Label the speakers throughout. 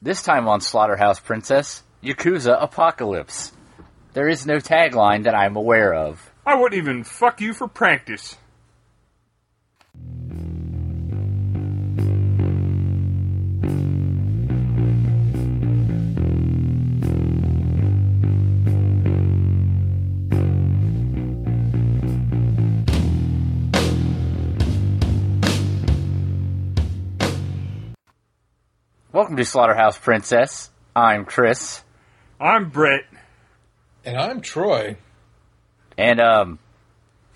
Speaker 1: This time on Slaughterhouse Princess, Yakuza Apocalypse. There is no tagline that I'm aware of.
Speaker 2: I wouldn't even fuck you for practice.
Speaker 1: Welcome to Slaughterhouse Princess. I'm Chris.
Speaker 2: I'm Brett.
Speaker 3: And I'm Troy.
Speaker 1: And, um,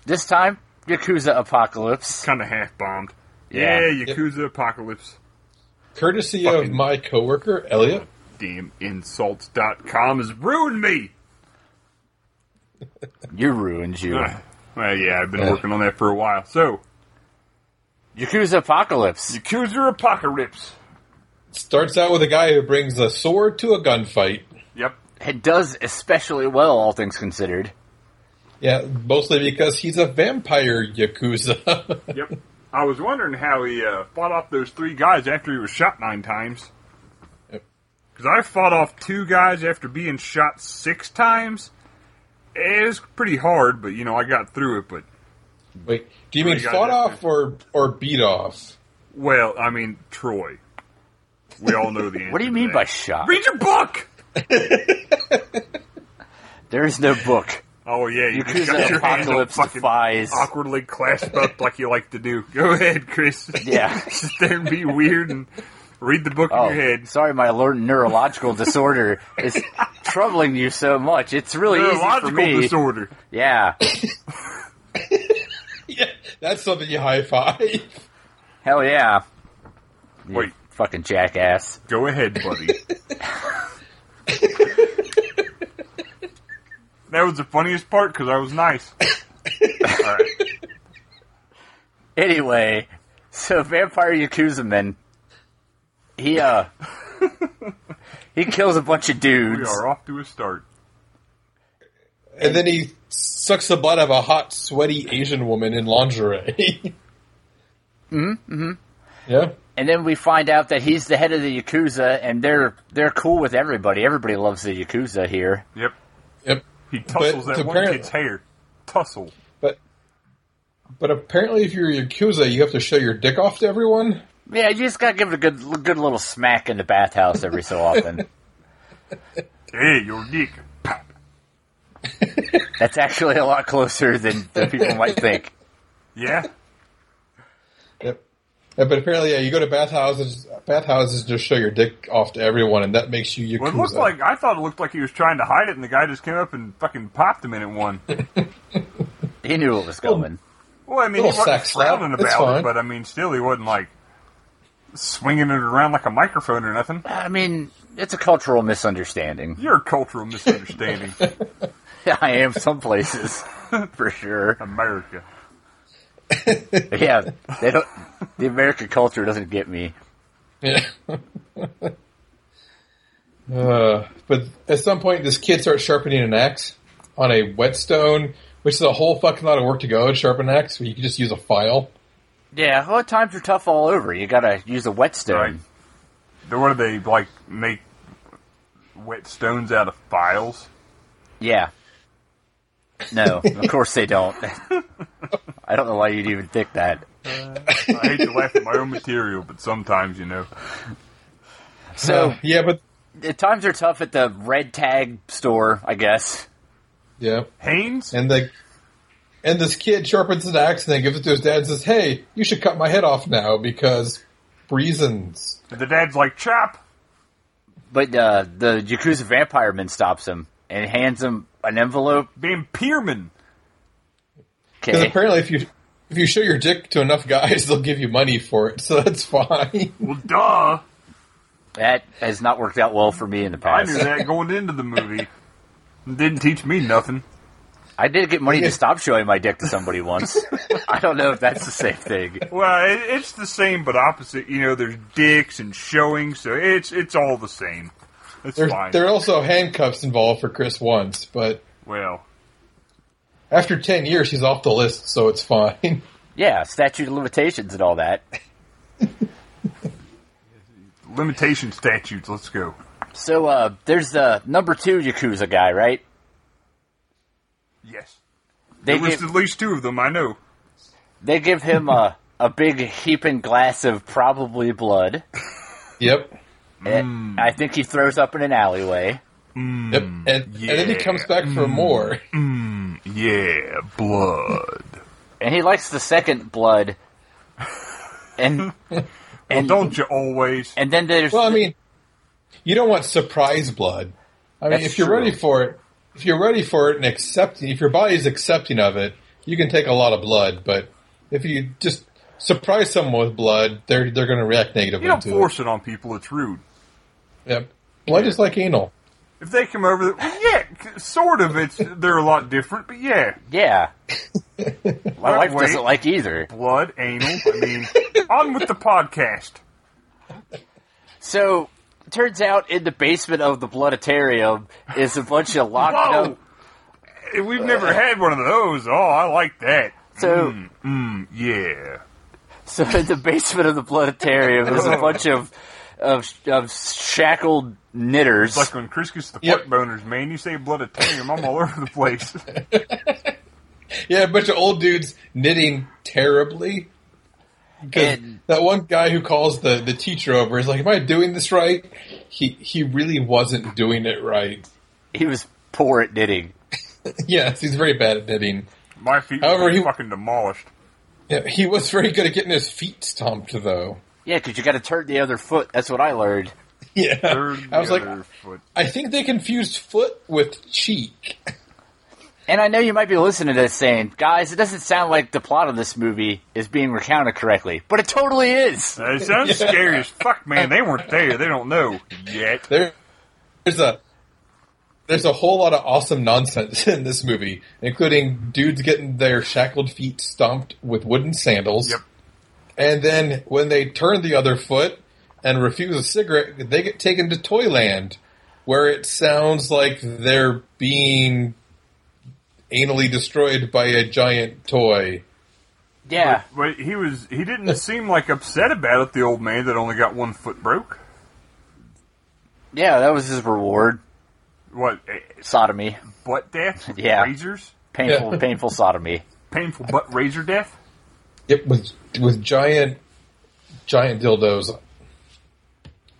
Speaker 1: this time, Yakuza Apocalypse.
Speaker 2: Kind of half bombed.
Speaker 1: Yeah.
Speaker 2: Yeah, Yakuza Apocalypse.
Speaker 3: Courtesy
Speaker 2: Fucking-
Speaker 3: of my coworker, Elliot.
Speaker 2: Damn insults.com has ruined me.
Speaker 1: You ruined you.
Speaker 2: Ugh. Well, yeah, I've been
Speaker 3: Yeah.
Speaker 2: working on that for a while. So,
Speaker 1: Yakuza Apocalypse.
Speaker 2: Yakuza Apocalypse.
Speaker 3: Starts out with a guy who brings a sword to a gunfight.
Speaker 2: Yep.
Speaker 1: It does especially well, all things considered.
Speaker 3: Yeah, mostly because he's a vampire Yakuza.
Speaker 2: Yep. I was wondering how he uh, fought off those three guys after he was shot nine times.
Speaker 3: Yep.
Speaker 2: Because I fought off two guys after being shot six times. It was pretty hard, but you know I got through it. But
Speaker 3: Wait, do you mean
Speaker 2: You got
Speaker 3: fought
Speaker 2: that,
Speaker 3: off or, or beat off?
Speaker 2: well, I mean Troy. We all know the answer.
Speaker 1: What do you
Speaker 2: to
Speaker 1: mean
Speaker 2: that.
Speaker 1: by shot?
Speaker 2: read your book?
Speaker 1: There is no book.
Speaker 2: Oh yeah, you just got
Speaker 1: Yakuza
Speaker 2: your hands all
Speaker 1: Apocalypse
Speaker 2: fucking
Speaker 1: defies.
Speaker 2: awkwardly clasped up like you like to do. Go ahead, Chris.
Speaker 1: Yeah.
Speaker 2: Sit there and be weird and read the book
Speaker 1: Oh,
Speaker 2: in your head.
Speaker 1: sorry, my lear- neurological disorder is troubling you so much. It's really easy for
Speaker 2: Neurological
Speaker 1: me.
Speaker 2: disorder.
Speaker 1: Yeah,
Speaker 3: Yeah, that's something you high five.
Speaker 1: hell yeah. You
Speaker 2: Wait.
Speaker 1: fucking jackass.
Speaker 2: Go ahead, buddy. that was the funniest part because I was nice. All right.
Speaker 1: Anyway, so vampire yakuza man, he uh, he kills a bunch of
Speaker 2: We
Speaker 1: dudes.
Speaker 2: are off to a start.
Speaker 3: And then he sucks the blood of a hot, sweaty Asian woman in lingerie. mm-hmm. Yeah.
Speaker 1: And then we find out that he's the head of the yakuza, and they're they're cool with everybody. Everybody loves the yakuza here.
Speaker 2: Yep.
Speaker 3: Yep.
Speaker 2: He tussles
Speaker 3: But
Speaker 2: that one
Speaker 3: apparent-
Speaker 2: kid's hair. Tussle.
Speaker 3: But but apparently, if you're Yakuza, you have to show your dick off to everyone.
Speaker 1: Yeah, you just gotta give it a good good little smack in the bathhouse every so often.
Speaker 2: Hey, your dick. Pop.
Speaker 1: That's actually a lot closer than, than people might think.
Speaker 2: Yeah.
Speaker 3: Yep. Yeah, but apparently, yeah, you go to bathhouses, bathhouses just show your dick off to everyone, and that makes you Yakuza.
Speaker 2: Well, it looked like I thought it looked like he was trying to hide it, and the guy just came up and fucking popped him in at one.
Speaker 1: He knew it was coming.
Speaker 2: Well, I mean, he
Speaker 3: Little
Speaker 2: wasn't
Speaker 3: sex slap.
Speaker 2: frowning
Speaker 3: It's
Speaker 2: about it,
Speaker 3: fine.
Speaker 2: but I mean, still, he wasn't like swinging it around like a microphone or nothing.
Speaker 1: I mean, it's a cultural misunderstanding.
Speaker 2: You're a cultural misunderstanding,
Speaker 1: I am some places for sure.
Speaker 2: America.
Speaker 1: But yeah, they don't. The American culture doesn't get me.
Speaker 3: Yeah. uh, but at some point, this kid starts sharpening an axe on a whetstone, which is a whole fucking lot of work to go to sharpen an axe. Where you can just use a file.
Speaker 1: Yeah, well, Oh, times are tough all over. You gotta use a whetstone.
Speaker 2: Right. Then What do they like? Make wet stones out of files?
Speaker 1: Yeah. No, of course they don't. I don't know why you'd even think that.
Speaker 2: I hate to laugh at my own material, but sometimes you know.
Speaker 1: So
Speaker 3: Uh, yeah, but
Speaker 1: the times are tough at the red tag store, I guess.
Speaker 3: yeah,
Speaker 2: Haynes,
Speaker 3: and the and this kid sharpens an axe and then gives it to his dad and says, "Hey, you should cut my head off now because reasons."
Speaker 2: the dad's like chop.
Speaker 1: But uh, the Yakuza vampire man stops him and hands him an envelope.
Speaker 2: Vampirman.
Speaker 3: Because
Speaker 1: Okay.
Speaker 3: apparently, if you if you show your dick to enough guys, they'll give you money for it, so that's fine.
Speaker 2: Well, duh.
Speaker 1: That has not worked out well for me in the
Speaker 2: I knew
Speaker 1: past.
Speaker 2: that going into the movie. It didn't teach me nothing.
Speaker 1: I did get money to stop showing my dick to somebody once. I don't know if that's the same thing.
Speaker 2: Well, it, it's the same but opposite. You know, there's dicks and showing, so it's it's all the same. It's
Speaker 3: There,
Speaker 2: fine.
Speaker 3: there are also handcuffs involved for Chris once, but
Speaker 2: well,
Speaker 3: after ten years, he's off the list, so it's fine.
Speaker 1: Yeah, statute of limitations and all that.
Speaker 2: limitation statutes. Let's go.
Speaker 1: So uh, there's the number two Yakuza guy, right?
Speaker 2: Yes.
Speaker 1: They
Speaker 2: There was
Speaker 1: give,
Speaker 2: at least two of them, I know.
Speaker 1: they give him a, a big heaping glass of probably blood.
Speaker 3: Yep.
Speaker 2: Hmm.
Speaker 1: And I think he throws up in an alleyway.
Speaker 3: Yep. And, and then
Speaker 2: Hmm.
Speaker 3: he
Speaker 2: yeah. Hmm.
Speaker 3: comes back for more.
Speaker 2: Yeah, blood.
Speaker 1: And he likes the second blood. And and,
Speaker 2: Don't you always?
Speaker 1: and then there's
Speaker 3: Well, I mean, you don't want surprise blood. I mean,
Speaker 1: That's
Speaker 3: if you're
Speaker 1: true.
Speaker 3: ready for it, if you're ready for it and accepting, if your body's accepting of it, you can take a lot of blood. But if you just surprise someone with blood, they're they're going to react negatively
Speaker 2: You don't
Speaker 3: to
Speaker 2: force it on people. It's rude.
Speaker 3: it. Yep. Blood is like anal.
Speaker 2: If they come over, yeah, c- sort of. It's they're a lot different, but yeah,
Speaker 1: yeah. My
Speaker 2: Wait,
Speaker 1: wife doesn't
Speaker 2: wait.
Speaker 1: like either.
Speaker 2: blood, anal. I mean, on with the podcast.
Speaker 1: So turns out in the basement of the Blooditarium is a bunch of locked
Speaker 2: Whoa!
Speaker 1: up.
Speaker 2: Eh, We've
Speaker 3: Uh,
Speaker 2: never had one of those. Oh, I like that.
Speaker 1: So
Speaker 2: Mm, yeah.
Speaker 1: So in the basement of the planetarium is a bunch of of, of shackled knitters.
Speaker 2: Like when Chris gets the
Speaker 3: Yep.
Speaker 2: fuck boners, man. You say blood of tarium, I'm all over the place.
Speaker 3: Yeah, a bunch of old dudes knitting terribly. 'Cause
Speaker 1: And-
Speaker 3: that one guy who calls the, the teacher over is like, "Am I doing this right?" He he really wasn't doing it right.
Speaker 1: he was poor at knitting.
Speaker 3: yes, he's very bad at knitting.
Speaker 2: My feet
Speaker 3: However,
Speaker 2: were
Speaker 3: he-
Speaker 2: fucking demolished.
Speaker 3: Yeah, he was very good at getting his feet stomped, though.
Speaker 1: Yeah, because you got to turn the other foot. That's what I learned.
Speaker 3: Yeah,
Speaker 2: Third
Speaker 3: I was like,
Speaker 2: other foot.
Speaker 3: I think they confused foot with cheek.
Speaker 1: And I know you might be listening to this saying, guys, it doesn't sound like the plot of this movie is being recounted correctly, but it totally is.
Speaker 2: It sounds scary as fuck, man. They weren't there. They don't know yet.
Speaker 3: There, there's a there's a whole lot of awesome nonsense in this movie, including dudes getting their shackled feet stomped with wooden sandals.
Speaker 2: Yep.
Speaker 3: And then when they turn the other foot and refuse a cigarette, they get taken to Toyland, where it sounds like they're being anally destroyed by a giant toy.
Speaker 1: Yeah,
Speaker 2: But he was he didn't seem like upset about it, the old man that only got one foot broke.
Speaker 1: yeah, that was his reward.
Speaker 2: What eh,
Speaker 1: Sodomy.
Speaker 2: butt death? with
Speaker 1: Yeah.
Speaker 2: Razors?
Speaker 1: Painful,
Speaker 3: Yeah.
Speaker 1: painful sodomy.
Speaker 2: Painful butt razor death?
Speaker 3: Yep, with with giant giant dildos.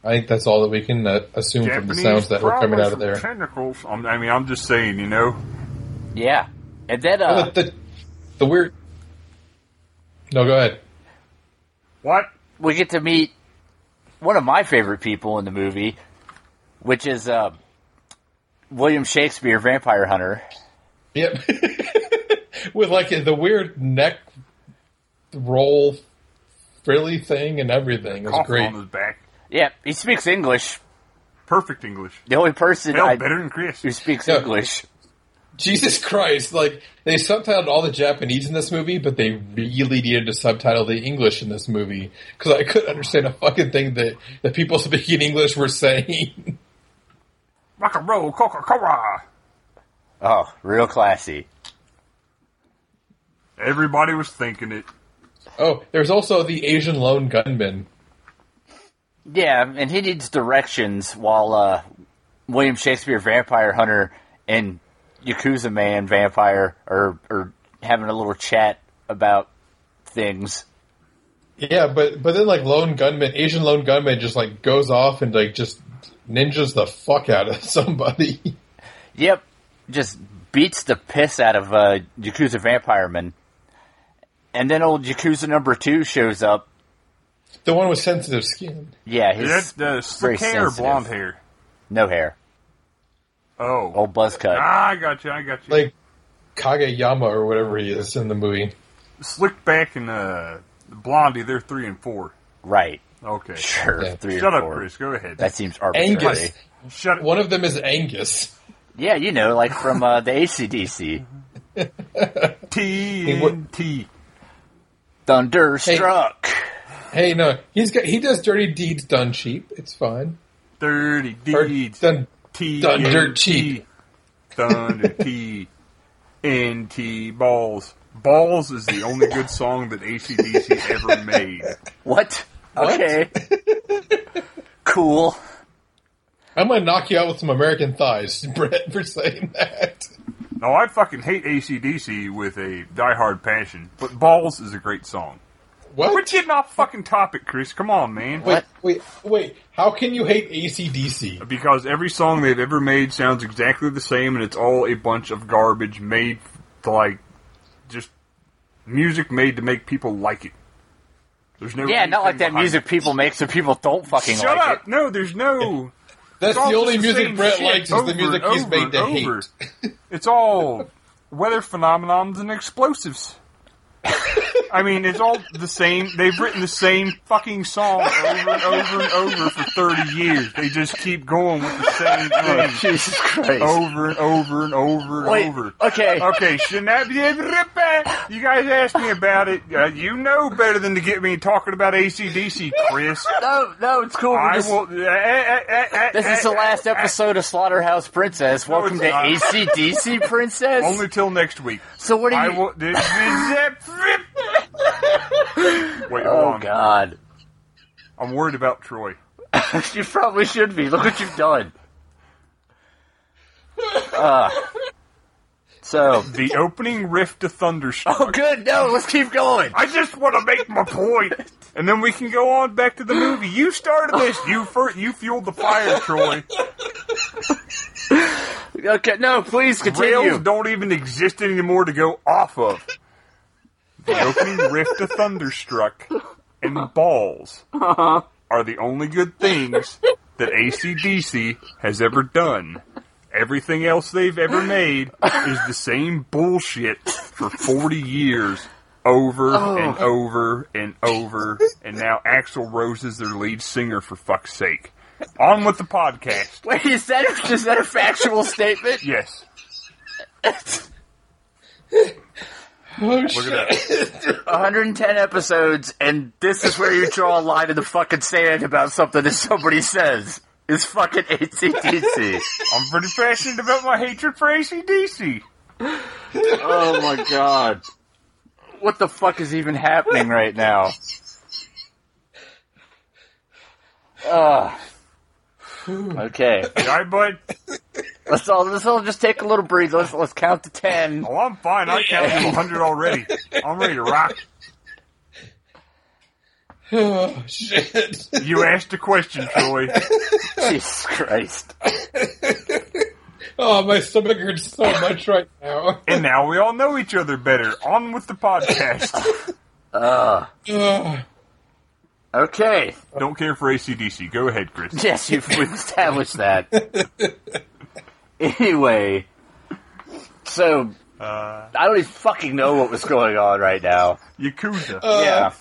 Speaker 3: I think that's all that we can uh, assume from the
Speaker 2: Japanese
Speaker 3: sounds that were coming
Speaker 2: problems
Speaker 3: out of
Speaker 2: with
Speaker 3: there.
Speaker 2: Tentacles. I'm, I mean, I'm just saying, you know.
Speaker 1: Yeah. And then, uh,
Speaker 3: But the the weird. No, go ahead.
Speaker 2: What?
Speaker 1: we get to meet one of my favorite people in the movie, which is uh, William Shakespeare, vampire hunter.
Speaker 3: Yep. With like the weird neck roll frilly thing and everything. It was
Speaker 2: Cough
Speaker 3: great.
Speaker 2: on his back.
Speaker 1: Yeah, he speaks English.
Speaker 2: Perfect English.
Speaker 1: The only person
Speaker 2: Hell,
Speaker 1: I,
Speaker 2: better than Chris.
Speaker 1: who speaks
Speaker 3: Yeah.
Speaker 1: English.
Speaker 3: Jesus Christ, like they subtitled all the Japanese in this movie, but they really needed to subtitle the English in this movie because I couldn't understand a fucking thing that the people speaking English were saying.
Speaker 2: Rock and roll, Coca Cola.
Speaker 1: Oh, real classy.
Speaker 2: Everybody was thinking it.
Speaker 3: oh, there's also the Asian lone gunman.
Speaker 1: Yeah, and he needs directions while uh, William Shakespeare, vampire hunter, and Yakuza man, vampire, are, are having a little chat about things.
Speaker 3: Yeah, but but then like lone gunman, Asian lone gunman just like goes off and like just ninjas the fuck out of somebody.
Speaker 1: Yep, just beats the piss out of uh, Yakuza Vampire Man. And then old Yakuza number two shows up.
Speaker 3: the one with sensitive skin.
Speaker 1: Yeah,
Speaker 2: Is
Speaker 1: he's
Speaker 2: that uh,
Speaker 1: very
Speaker 2: slick hair or
Speaker 1: sensitive.
Speaker 2: blonde hair?
Speaker 1: no hair,
Speaker 2: Oh.
Speaker 1: old buzz cut.
Speaker 2: Ah, I got you. I got you.
Speaker 3: Like Kageyama or whatever he is in the movie.
Speaker 2: Slick back and uh, Blondie, they're three and four.
Speaker 1: Right,
Speaker 2: Okay.
Speaker 1: sure.
Speaker 3: Yeah.
Speaker 1: Three
Speaker 2: Shut
Speaker 1: or
Speaker 2: up,
Speaker 1: four.
Speaker 2: Chris. Go ahead.
Speaker 1: That seems arbitrary.
Speaker 3: Angus.
Speaker 2: Shut
Speaker 3: One of them is Angus.
Speaker 1: Yeah, you know, like from uh, the ACDC.
Speaker 2: T
Speaker 3: He wa-
Speaker 2: and T.
Speaker 1: Thunderstruck.
Speaker 3: Hey, no, he's got he does dirty deeds done cheap. It's fine.
Speaker 2: Dirty
Speaker 3: Or
Speaker 2: deeds.
Speaker 3: done-
Speaker 2: T
Speaker 3: done
Speaker 2: and
Speaker 3: dirt
Speaker 2: T.
Speaker 3: cheap.
Speaker 2: Thunder T and T balls. Balls is the only good song that ACDC ever made.
Speaker 1: What?
Speaker 3: What?
Speaker 1: Okay. cool.
Speaker 3: I'm gonna knock you out with some American thighs, Brett, for saying that.
Speaker 2: No, I fucking hate ACDC with a diehard passion, but Balls is a great song.
Speaker 3: What?
Speaker 2: We're getting off fucking topic, Chris. Come on, man.
Speaker 3: wait, wait, wait. How can you hate ACDC?
Speaker 2: Because every song they've ever made sounds exactly the same, and it's all a bunch of garbage made to, like, just music made to make people like it. There's no
Speaker 1: Yeah, not like
Speaker 2: anything
Speaker 1: that
Speaker 2: behind
Speaker 1: music people make so people don't fucking
Speaker 2: Shut
Speaker 1: like
Speaker 2: up!
Speaker 1: it.
Speaker 2: No, there's no.
Speaker 3: That's
Speaker 2: It's all
Speaker 3: the only
Speaker 2: just the
Speaker 3: music
Speaker 2: same
Speaker 3: Brett
Speaker 2: shit
Speaker 3: likes is
Speaker 2: over
Speaker 3: the music
Speaker 2: and
Speaker 3: he's
Speaker 2: over
Speaker 3: made to
Speaker 2: and over.
Speaker 3: hate.
Speaker 2: It's all weather phenomenons and explosives. I mean, it's all the same. They've written the same fucking song over and over and over for 30 years. They just keep going with the same
Speaker 3: Oh,
Speaker 2: thing
Speaker 1: Jesus Christ.
Speaker 2: over and over and over and
Speaker 1: Wait,
Speaker 2: over.
Speaker 1: okay.
Speaker 2: Okay, shouldn't I be able to back? You guys asked me about it. Uh, you know better than to get me talking about ACDC, Chris.
Speaker 1: No, no, it's cool. We're
Speaker 2: I
Speaker 1: just-
Speaker 2: will. eh, eh, eh, eh,
Speaker 1: This is
Speaker 2: eh,
Speaker 1: the
Speaker 2: eh,
Speaker 1: last episode of Slaughterhouse Princess. Welcome
Speaker 2: it's
Speaker 1: to
Speaker 2: not.
Speaker 1: ACDC Princess.
Speaker 2: Only till next week.
Speaker 1: so what do
Speaker 2: I
Speaker 1: you?
Speaker 2: will. This is- Wait, hold
Speaker 1: oh
Speaker 2: on.
Speaker 1: God,
Speaker 2: I'm worried about Troy.
Speaker 1: you probably should be. Look what you've done. Uh, so,
Speaker 2: The opening riff to Thunderstruck.
Speaker 1: oh, good. No, let's keep going.
Speaker 2: I just want to make my point, and then we can go on back to the movie. You started this. You fir- you fueled the fire, Troy.
Speaker 1: Okay, no, please
Speaker 2: Rails
Speaker 1: continue.
Speaker 2: don't even exist anymore to go off of. The opening riff to Thunderstruck and Balls are the only good things that ACDC has ever done. Everything else they've ever made is the same bullshit for 40 years, over and over and over, and now Axl Rose is their lead singer, for fuck's sake. On with the podcast.
Speaker 1: Wait, is that a, is that a factual statement?
Speaker 2: Yes.
Speaker 3: Oh
Speaker 2: Look
Speaker 3: shit!
Speaker 2: at that.
Speaker 1: 110 episodes, and this is where you draw a line in the fucking sand about something that somebody says. It's fucking ACDC.
Speaker 2: I'm pretty passionate about my hatred for ACDC.
Speaker 1: Oh my god. What the fuck is even happening right now? Ugh. Ah. okay.
Speaker 2: Alright, bud?
Speaker 1: Let's all let's all just take a little breathe. Let's let's count to ten.
Speaker 2: Oh, I'm fine. I counted to 100 already. I'm ready to rock.
Speaker 3: Oh shit!
Speaker 2: You asked a question, Troy.
Speaker 1: Jesus Christ.
Speaker 3: Oh, my stomach hurts so much right now.
Speaker 2: And now we all know each other better. On with the podcast.
Speaker 3: Ugh.
Speaker 1: Okay.
Speaker 2: Don't care for ACDC. Go ahead, Chris.
Speaker 1: Yes, you've we've established that. Anyway. So
Speaker 2: Uh,
Speaker 1: I don't even fucking know what was going on right now.
Speaker 2: Yakuza. Uh,
Speaker 3: Uh,
Speaker 1: Yeah.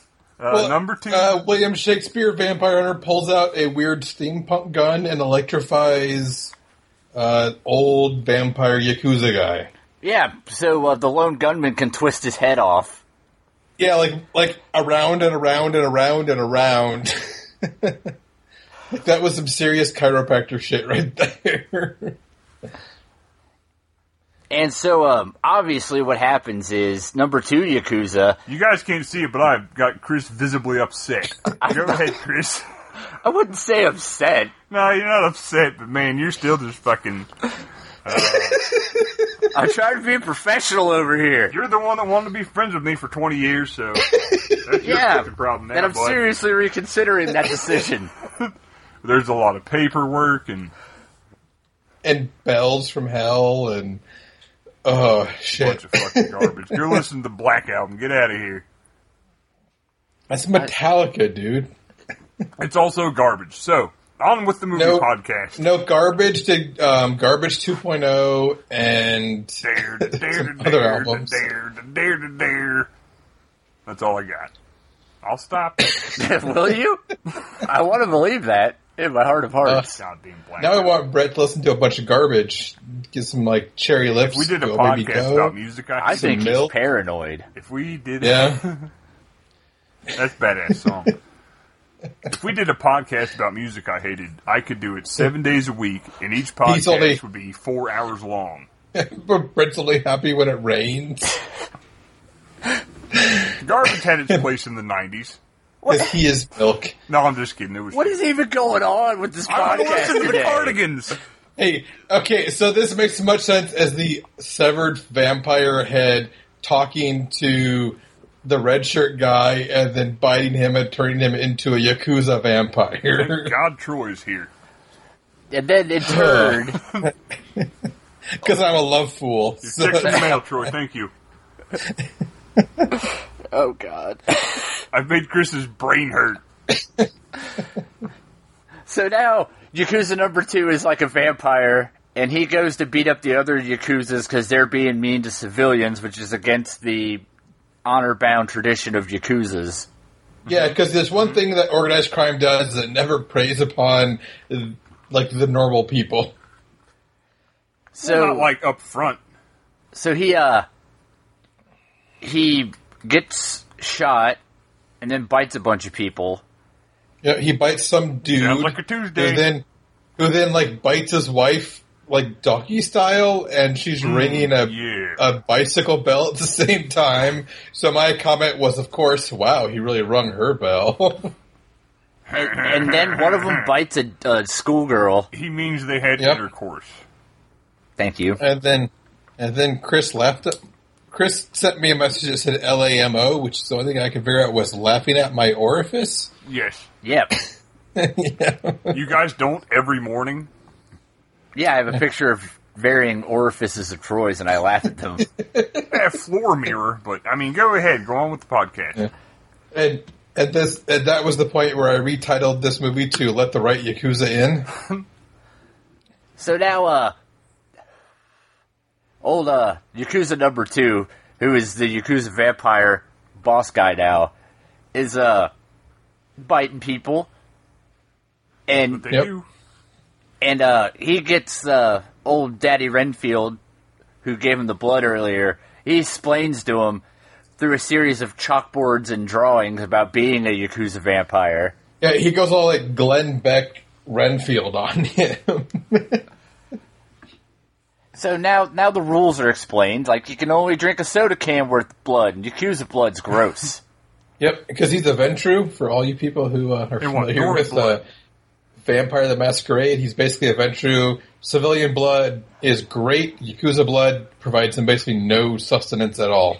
Speaker 3: well,
Speaker 2: number two.
Speaker 3: Uh, William Shakespeare Vampire Hunter pulls out a weird steampunk gun and electrifies uh, old vampire yakuza guy.
Speaker 1: Yeah, so uh, the lone gunman can twist his head off.
Speaker 3: Yeah, like like around and around and around and around. Like, that was some serious chiropractor shit right there.
Speaker 1: And so, um, obviously, what happens is number two Yakuza.
Speaker 2: you guys can't see it, but I've got Chris visibly upset. Go ahead, Chris.
Speaker 1: I wouldn't say upset.
Speaker 2: No, you're not upset, but man, you're still just fucking.
Speaker 1: I'm trying to be professional over here.
Speaker 2: You're the one that wanted to be friends with me for 20 years, so that's
Speaker 1: Yeah,
Speaker 2: your fucking problem now,
Speaker 1: and I'm
Speaker 2: bud.
Speaker 1: seriously reconsidering that decision.
Speaker 2: There's a lot of paperwork and
Speaker 3: and bells from hell and oh shit.
Speaker 2: bunch of fucking garbage. You're listening to Black Album. Get out of here.
Speaker 3: That's Metallica, dude.
Speaker 2: It's also garbage. So, on with the movie
Speaker 3: No.
Speaker 2: podcast.
Speaker 3: No garbage to um, garbage 2.0 and
Speaker 2: Dare to dare to
Speaker 3: Some other
Speaker 2: dare to
Speaker 3: albums.
Speaker 2: dare to dare to dare. That's all I got. I'll stop.
Speaker 1: Will you? I want to believe that in my heart of
Speaker 2: Uh,
Speaker 1: hearts.
Speaker 2: Goddamn Black
Speaker 3: now I
Speaker 2: Album.
Speaker 3: want Brett to listen to a bunch of garbage. Get some like cherry lips.
Speaker 2: If we did a
Speaker 3: Go Baby
Speaker 2: podcast
Speaker 3: Go.
Speaker 2: about music, I,
Speaker 1: I
Speaker 2: think
Speaker 1: think he's
Speaker 3: milk?
Speaker 1: paranoid.
Speaker 2: if we did,
Speaker 3: Yeah.
Speaker 2: that's badass song. if we did a podcast about music I hated, I could do it seven days a week, and each podcast
Speaker 3: only-
Speaker 2: would be four hours long.
Speaker 3: But Brett's only happy when it rains.
Speaker 2: Garbage had its place in the '90s.
Speaker 3: Because he is milk.
Speaker 2: No, I'm just kidding. It was
Speaker 1: What is even going on with this podcast
Speaker 2: I'm listening to the
Speaker 1: today?
Speaker 2: cardigans.
Speaker 3: Hey, okay, so this makes much sense as the severed vampire head talking to the red shirt guy and then biting him and turning him into a Yakuza vampire.
Speaker 2: Thank God Troy's here.
Speaker 1: And then in turn,
Speaker 3: Because I'm a love fool.
Speaker 2: Your
Speaker 3: So-
Speaker 2: checks in the mail, Troy. Thank you.
Speaker 4: Oh God.
Speaker 2: I've made Chris's brain hurt.
Speaker 1: so now Yakuza number two is like a vampire, and he goes to beat up the other Yakuzas because they're being mean to civilians, which is against the honor bound tradition of Yakuzas.
Speaker 3: yeah, because there's one thing that organized crime does that never preys upon like the normal people.
Speaker 1: So
Speaker 2: Not like up front.
Speaker 1: so he uh he gets shot and then bites a bunch of people.
Speaker 3: You know, he bites some dude.
Speaker 2: Sounds like a Tuesday.
Speaker 3: Who then, who then like bites his wife like doggy style, and she's ringing a
Speaker 2: yeah.
Speaker 3: a bicycle bell at the same time. So my comment was, of course, wow, he really rung her bell.
Speaker 1: And then one of them bites a, a schoolgirl.
Speaker 2: He means they had
Speaker 3: Yep.
Speaker 2: intercourse.
Speaker 1: Thank you.
Speaker 3: and then, and then Chris laughed. At, Chris sent me a message that said "lamo," which is the only thing I could figure out was laughing at my orifice.
Speaker 2: Yes.
Speaker 1: Yep.
Speaker 2: You guys don't every morning.
Speaker 1: Yeah, I have a picture of varying orifices of Troy's, and I laugh at them.
Speaker 2: Eh, floor mirror, but I mean, go ahead. Go on with the podcast.
Speaker 3: And and this and that was the point where I retitled this movie to "Let the Right Yakuza In."
Speaker 1: so now, uh, old uh, Yakuza number two, who is the Yakuza vampire boss guy now, is uh biting people, and
Speaker 2: They
Speaker 3: Yep.
Speaker 2: do.
Speaker 1: and uh, he gets uh, old Daddy Renfield, who gave him the blood earlier. He explains to him through a series of chalkboards and drawings about being a Yakuza vampire.
Speaker 3: Yeah, he goes all like Glenn Beck Renfield on him.
Speaker 1: So now, now the rules are explained. Like you can only drink a soda can worth of blood, and Yakuza blood's gross.
Speaker 3: yep, because he's a Ventru. For all you people who uh, are
Speaker 2: And what,
Speaker 3: familiar
Speaker 2: Norse
Speaker 3: with uh,
Speaker 2: blood?
Speaker 3: Vampire the Masquerade, he's basically a Ventru. Civilian blood is great. Yakuza blood provides him basically no sustenance at all.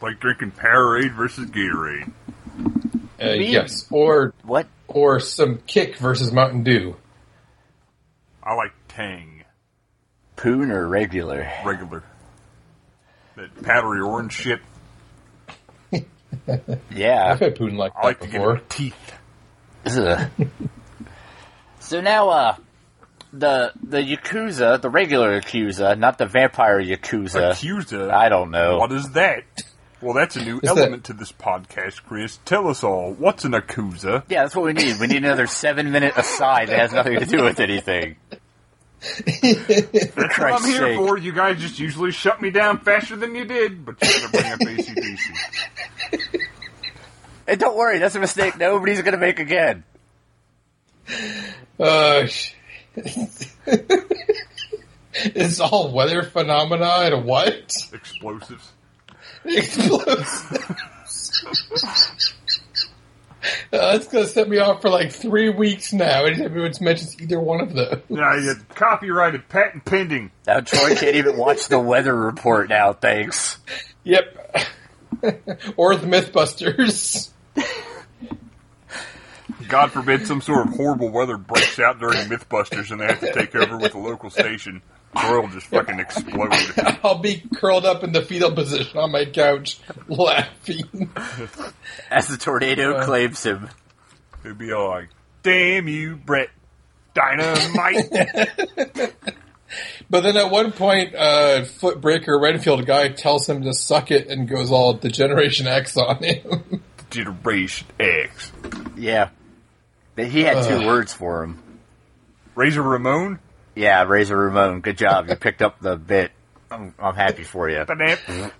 Speaker 2: Like drinking Powerade versus Gatorade.
Speaker 3: Uh, yes, or
Speaker 1: What?
Speaker 3: or some kick versus Mountain Dew.
Speaker 2: I like Tang
Speaker 1: Poon or regular?
Speaker 2: regular. That powdery orange shit.
Speaker 1: Yeah.
Speaker 3: I've had Poon like
Speaker 2: I like
Speaker 3: that
Speaker 2: to get in my
Speaker 3: before.
Speaker 2: teeth.
Speaker 1: Ugh. so now, uh, the the Yakuza, the regular Yakuza, not the vampire Yakuza.
Speaker 2: Accusa.
Speaker 1: I don't know.
Speaker 2: What is that? Well, that's a new
Speaker 3: that-
Speaker 2: element to this podcast, Chris. Tell us all what's an accusa.
Speaker 1: Yeah, that's what we need. We need another seven minute aside that has nothing to do with anything. For
Speaker 2: I'm
Speaker 1: Christ's
Speaker 2: here
Speaker 1: sake.
Speaker 2: for you guys. Just usually shut me down faster than you did, but you gotta bring up ACDC.
Speaker 1: And don't worry, that's a mistake nobody's gonna make again.
Speaker 3: Uh, sh- Uh, it's all weather phenomena and what?
Speaker 2: Explosives.
Speaker 3: explosives. Uh, that's going to set me off for like three weeks now. Anytime anyone mentions either one of those.
Speaker 2: Yeah, yeah, copyrighted, patent pending.
Speaker 1: Now Troy can't even watch the weather report now, thanks.
Speaker 3: Yep. or the Mythbusters.
Speaker 2: God forbid some sort of horrible weather breaks out during MythBusters and they have to take over with the local station. Or it'll just fucking explode.
Speaker 3: I'll be curled up in the fetal position on my couch laughing.
Speaker 1: As the
Speaker 2: Uh.
Speaker 1: tornado claims him.
Speaker 2: It'd be all like, "Damn you, Brett, dynamite!"
Speaker 3: But then at one point, uh, Footbreaker Renfield guy tells him to suck it and goes all Degeneration X on him.
Speaker 2: Generation X.
Speaker 1: Yeah. But he had two words for him.
Speaker 2: Razor Ramon.
Speaker 1: Yeah, Razor Ramon, good job. You picked up the bit. I'm, I'm happy for you.
Speaker 2: Ba-dam.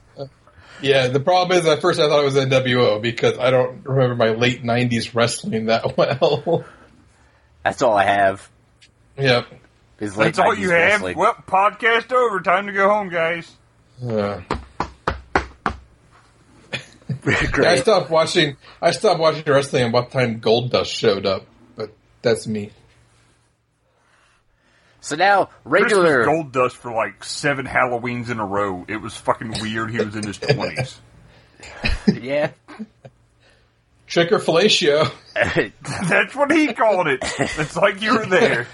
Speaker 3: yeah, the problem is at first I thought it was NWO because I don't remember my late 90s wrestling that well.
Speaker 1: That's all I have.
Speaker 3: Yep.
Speaker 1: Is late
Speaker 2: That's all
Speaker 1: 90s
Speaker 2: you have.
Speaker 1: wrestling.
Speaker 2: Well, podcast over. Time to go home, guys.
Speaker 3: Uh, Yeah, I
Speaker 1: Great.
Speaker 3: stopped watching. I stopped watching wrestling about the time Gold Dust showed up, but that's me.
Speaker 1: So now
Speaker 2: Chris
Speaker 1: regular.
Speaker 2: was gold dust for like seven Halloweens in a row. It was fucking weird. He was in his twenties.
Speaker 1: Yeah.
Speaker 3: Trick or fellatio.
Speaker 2: That's what he called it. It's like you were there.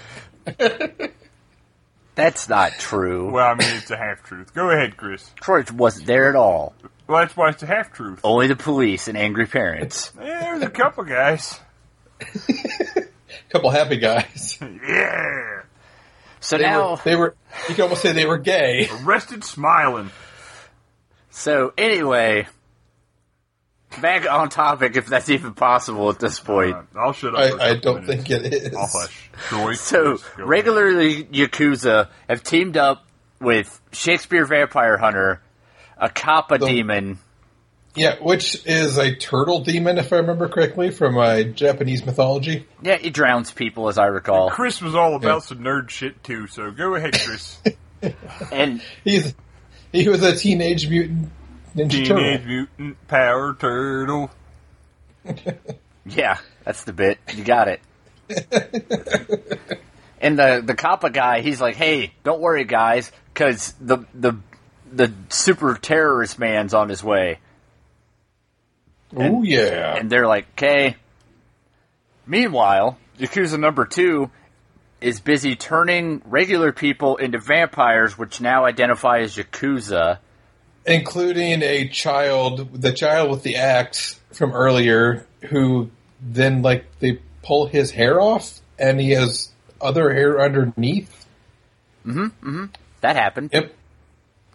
Speaker 1: That's not true.
Speaker 2: Well, I mean, it's a half truth. Go ahead, Chris.
Speaker 1: Troy wasn't there at all.
Speaker 2: Well, that's why it's a half truth.
Speaker 1: Only the police and angry parents.
Speaker 2: Yeah, there's a couple guys.
Speaker 3: Couple happy guys.
Speaker 2: Yeah,
Speaker 1: So
Speaker 3: They
Speaker 1: now,
Speaker 3: were. They were. You can almost say they were gay.
Speaker 2: arrested smiling.
Speaker 1: so anyway, back on topic, if that's even possible at this point.
Speaker 2: Uh, I'll shut up. for a
Speaker 3: I, I
Speaker 2: couple
Speaker 3: don't
Speaker 2: minutes.
Speaker 3: think it is.
Speaker 2: I'll hush. Troy,
Speaker 1: So,
Speaker 2: Chris, go
Speaker 1: regular Yakuza have teamed up with Shakespeare Vampire Hunter, a Kappa demon.
Speaker 3: Yeah, which is a turtle demon, if I remember correctly, from uh, Japanese mythology.
Speaker 1: Yeah, he drowns people, as I recall.
Speaker 2: ahead. Chris was all about
Speaker 3: Yeah.
Speaker 2: some nerd shit too. So go ahead, Chris.
Speaker 1: And
Speaker 3: He's he was a teenage mutant ninja
Speaker 2: Teenage
Speaker 3: turtle.
Speaker 2: Mutant Power Turtle.
Speaker 1: yeah, that's the bit. You got it. and the the Kappa guy, he's like, "Hey, don't worry, guys, because the the the super terrorist man's on his way."
Speaker 3: Oh yeah,
Speaker 1: and they're like, okay. Meanwhile, Yakuza number two is busy turning regular people into vampires, which now identify as Yakuza.
Speaker 3: including a child, the child with the axe from earlier, who then like they pull his hair off, and he has other hair underneath.
Speaker 1: That happened.
Speaker 3: Yep.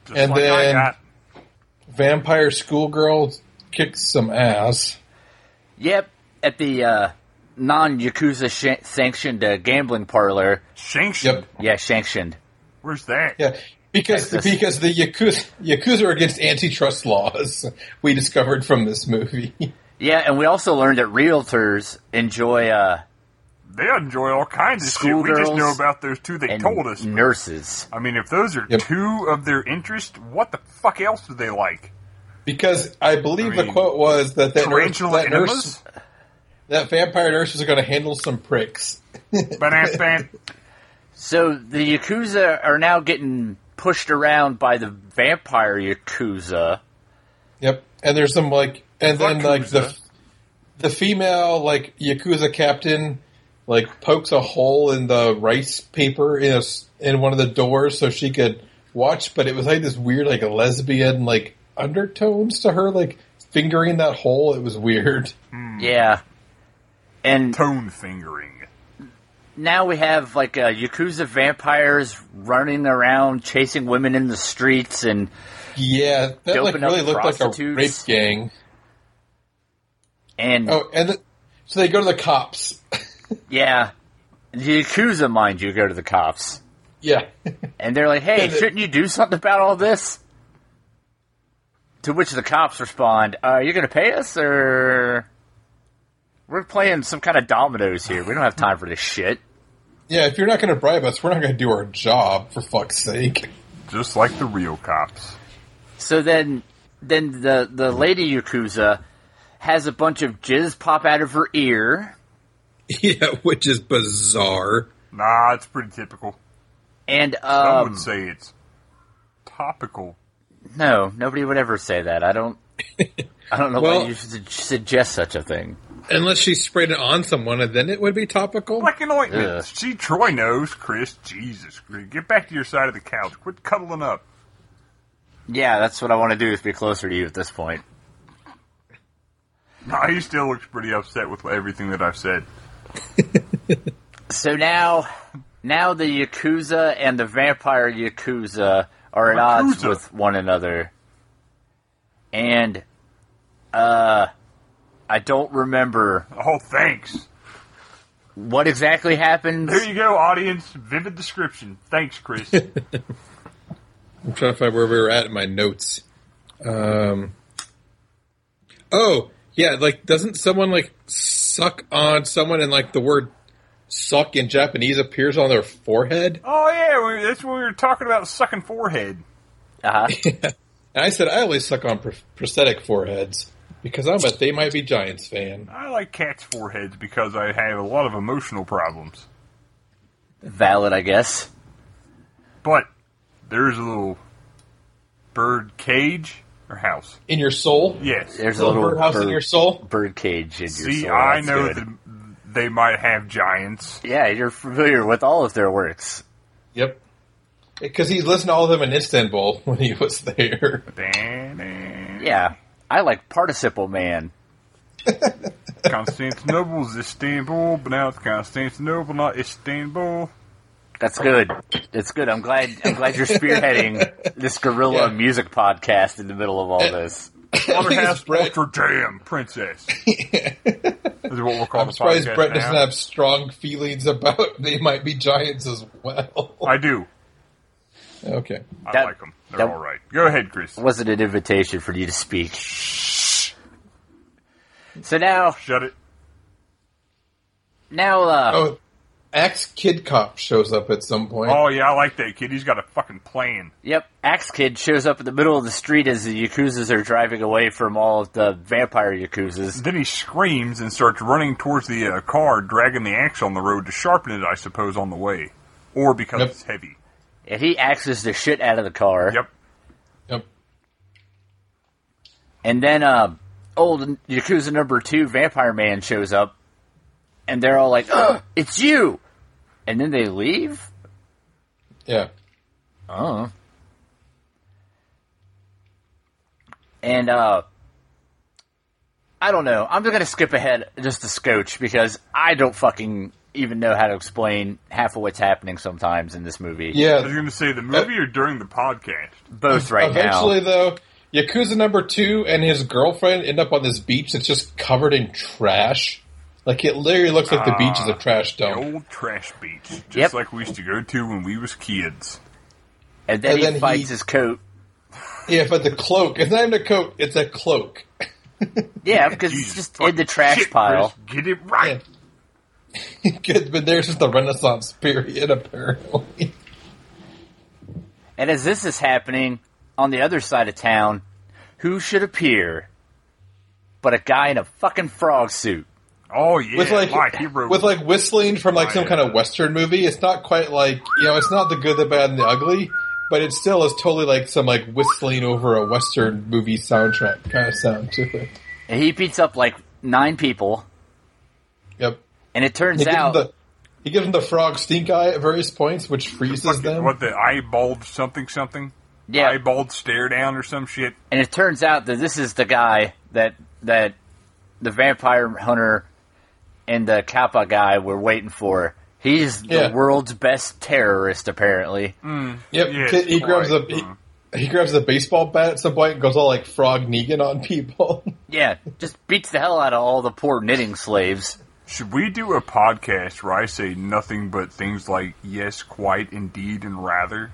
Speaker 2: Just
Speaker 3: And
Speaker 2: like I
Speaker 3: then-
Speaker 2: got.
Speaker 3: Vampire schoolgirl kicks some ass.
Speaker 1: Yep. At the uh, non Yakuza sh- sanctioned uh, gambling parlor.
Speaker 2: Shanks.
Speaker 3: Yep.
Speaker 1: Yeah, sanctioned.
Speaker 2: Where's that?
Speaker 3: Yeah, because
Speaker 1: Texas.
Speaker 3: because the yakuza, yakuza are against antitrust laws. We discovered from this movie.
Speaker 1: Yeah, and we also learned that realtors enjoy uh,
Speaker 2: They enjoy all kinds of shit. We just
Speaker 1: Schoolgirls
Speaker 2: know about those two they
Speaker 1: and
Speaker 2: told us.
Speaker 1: nurses.
Speaker 2: I mean, if those are
Speaker 3: Yep.
Speaker 2: two of their interest, what the fuck else do they like?
Speaker 3: Because I believe
Speaker 2: Green.
Speaker 3: the quote was that that nurse,
Speaker 2: Tarantula
Speaker 3: that,
Speaker 2: enemas?
Speaker 3: nurse, that vampire nurse is going to handle some pricks.
Speaker 2: Ba-dam-bam.
Speaker 1: So the Yakuza are now getting pushed around by the vampire Yakuza.
Speaker 3: Yep, and there's some like, and then like the
Speaker 2: Yakuza.
Speaker 3: the female like yakuza captain like pokes a hole in the rice paper in a s in one of the doors so she could watch, but it was like this weird like lesbian like undertones to her like fingering that hole. It was weird.
Speaker 2: Hmm.
Speaker 1: Yeah. And
Speaker 2: Tone fingering.
Speaker 1: now we have like uh, Yakuza vampires running around chasing women in the streets, and
Speaker 3: Yeah, that like
Speaker 1: Doping up
Speaker 3: really looked like a rape
Speaker 1: prostitutes.
Speaker 3: gang.
Speaker 1: and
Speaker 3: Oh, and the, so they go to the cops.
Speaker 1: yeah, the Yakuza, mind you, go to the cops,
Speaker 3: yeah.
Speaker 1: and they're like, "Hey,
Speaker 3: the-
Speaker 1: shouldn't you do something about all this?" To which the cops respond, uh, "You're going to pay us, or we're playing some kind of dominoes here. We don't have time for this shit."
Speaker 3: yeah, if you're not going to bribe us, we're not going to do our job, for fuck's sake.
Speaker 2: Just like the real cops.
Speaker 1: So then, then the the lady Yakuza has a bunch of jizz pop out of her ear.
Speaker 3: yeah, which is bizarre.
Speaker 2: Nah, it's pretty typical.
Speaker 1: And
Speaker 3: Oh,
Speaker 2: I
Speaker 1: um,
Speaker 2: would say it's topical.
Speaker 1: No, nobody would ever say that. I don't. I don't know why
Speaker 3: Well-
Speaker 1: you su- suggest such a thing.
Speaker 3: Unless she sprayed it on someone, and then it would be topical.
Speaker 2: Like an ointment.
Speaker 1: Ugh.
Speaker 2: See, Troy knows, Chris. Jesus, Chris. Get back to your side of the couch. Quit cuddling up.
Speaker 1: Yeah, that's what I want to do is be closer to you at this point.
Speaker 2: Nah, he still looks pretty upset with everything that I've said.
Speaker 1: So now, now the yakuza and the vampire yakuza are at odds
Speaker 2: Yakuza.
Speaker 1: with one another, and uh, I don't remember
Speaker 2: Oh, thanks.
Speaker 1: what exactly happens.
Speaker 2: There you go, audience. Vivid description. Thanks, Chris.
Speaker 3: I'm trying to find where we were at in my notes. Um. Oh yeah, like doesn't someone like suck on someone, and like the word "suck" in Japanese appears on their forehead?
Speaker 2: oh, yeah, we, that's when we were talking about sucking forehead.
Speaker 1: Uh-huh.
Speaker 3: And I said I always suck on pr- prosthetic foreheads. Because I bet they might be Giants fan.
Speaker 2: I like cats' foreheads because I have a lot of emotional problems.
Speaker 1: Valid, I guess.
Speaker 2: But there's a little bird cage or house.
Speaker 3: In your soul?
Speaker 2: Yes.
Speaker 1: There's a
Speaker 3: Little
Speaker 1: little
Speaker 3: birdhouse
Speaker 1: bird,
Speaker 3: in your soul?
Speaker 1: bird cage in your
Speaker 2: See,
Speaker 1: soul.
Speaker 2: I
Speaker 1: That's
Speaker 2: know
Speaker 1: good.
Speaker 2: that they might have giants.
Speaker 1: Yeah, you're familiar with all of their works.
Speaker 3: Yep. Because he's listened to all of them in Istanbul when he was there.
Speaker 1: Yeah, I like Participle Man.
Speaker 2: Constantinople is Istanbul, but now it's Constantinople, not Istanbul.
Speaker 1: That's good. That's good. I'm glad. I'm glad you're spearheading this guerrilla
Speaker 3: Yeah. Eh.
Speaker 1: music podcast in the middle of all this.
Speaker 2: Slaughterhouse
Speaker 3: Brett-
Speaker 2: Ultra Jam Princess. Is what we'll call
Speaker 3: I'm
Speaker 2: the
Speaker 3: surprised
Speaker 2: podcast
Speaker 3: Brett
Speaker 2: now.
Speaker 3: doesn't have strong feelings about they might be Giants as well.
Speaker 2: I do.
Speaker 3: Okay.
Speaker 2: I
Speaker 1: That-
Speaker 2: like them. They're
Speaker 1: that-
Speaker 2: all right. Go ahead, Chris.
Speaker 1: Wasn't an invitation for you to speak. So now,
Speaker 2: Shut it.
Speaker 1: now, uh,
Speaker 3: Oh, Axe Kid Cop shows up at some point.
Speaker 2: Oh yeah, I like that kid. He's got a fucking plan.
Speaker 1: Yep, Axe Kid shows up in the middle of the street as the Yakuzas are driving away from all of the vampire Yakuzas.
Speaker 2: Then he screams and starts running towards the uh, car, dragging the axe on the road to sharpen it, I suppose, on the way, or because
Speaker 3: Yep.
Speaker 2: it's heavy.
Speaker 1: And he axes the shit out of the car.
Speaker 2: Yep.
Speaker 3: Yep.
Speaker 1: And then uh, old Yakuza number two, Vampire Man, shows up. And they're all like, Ugh, it's you! And then they leave?
Speaker 3: Yeah.
Speaker 1: Oh. And, uh, I don't know. I'm going to skip ahead just a scotch because I don't fucking even know how to explain half of what's happening sometimes in this movie.
Speaker 2: I was
Speaker 3: Yeah.
Speaker 2: going to say the movie or during the podcast.
Speaker 1: Both right
Speaker 3: Eventually,
Speaker 1: now.
Speaker 3: though, Yakuza number two and his girlfriend end up on this beach that's just covered in trash. Like it literally looks like the beach is a trash
Speaker 2: The
Speaker 3: dump.
Speaker 2: old trash beach, just
Speaker 1: Yep.
Speaker 2: like we used to go to when we was kids.
Speaker 1: And then
Speaker 3: and
Speaker 1: he
Speaker 3: then he-
Speaker 1: fights his coat.
Speaker 3: Yeah, but the cloak. It's not even a coat. It's a cloak.
Speaker 1: Yeah, because
Speaker 2: Jesus
Speaker 1: it's just
Speaker 2: fucking
Speaker 1: in the trash
Speaker 2: shit,
Speaker 1: pile.
Speaker 2: Chris. Get it right.
Speaker 3: Good, but there's just the Renaissance period, apparently.
Speaker 1: And as this is happening on the other side of town, who should appear but a guy in a fucking frog suit?
Speaker 2: Oh yeah,
Speaker 3: with like
Speaker 2: my hero.
Speaker 3: with like whistling from like some kind of western movie. It's not quite like you know, it's not the good, the bad, and the ugly, but it still is totally like some like whistling over a western movie soundtrack kind of sound to it.
Speaker 1: And he beats up like nine people.
Speaker 3: Yep.
Speaker 1: And it turns
Speaker 3: He gives, them
Speaker 1: out
Speaker 3: the, he gives them the frog stink eye at various points, which freezes
Speaker 2: Fucking-
Speaker 3: them.
Speaker 2: what the eyeballed something something.
Speaker 1: Yeah.
Speaker 2: eyeballed stare down or some shit.
Speaker 1: and it turns out that this is the guy that that the vampire hunter and the kappa guy were waiting for. He's
Speaker 3: Yeah.
Speaker 1: the world's best terrorist apparently.
Speaker 3: Yep.
Speaker 2: Yeah,
Speaker 3: Kid- he
Speaker 2: quite,
Speaker 3: grabs a he,
Speaker 2: uh-huh.
Speaker 3: he grabs a baseball bat at some point and goes all like frog Negan on people.
Speaker 1: Yeah, just beats the hell out of all the poor knitting slaves.
Speaker 2: Should we do a podcast where I say nothing but things like yes, quite, indeed, and rather?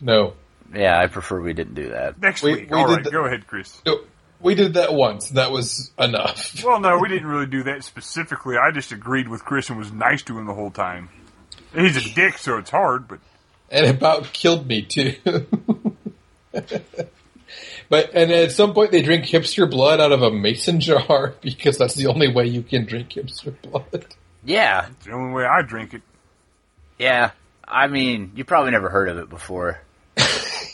Speaker 3: no.
Speaker 1: Yeah, I prefer we didn't do that.
Speaker 2: Next
Speaker 3: We-
Speaker 2: week.
Speaker 3: we
Speaker 2: All
Speaker 3: did
Speaker 2: right,
Speaker 3: the-
Speaker 2: go ahead, Chris.
Speaker 3: No. We did that once. That was enough.
Speaker 2: Well, no, we didn't really do that specifically. I just agreed with Chris and was nice to him the whole time. He's a dick, so it's hard, but
Speaker 3: and about killed me too. but and at some point they drink hipster blood out of a mason jar because that's the only way you can drink hipster blood.
Speaker 1: Yeah.
Speaker 2: it's the only way I drink it.
Speaker 1: Yeah. I mean, you probably never heard of it before.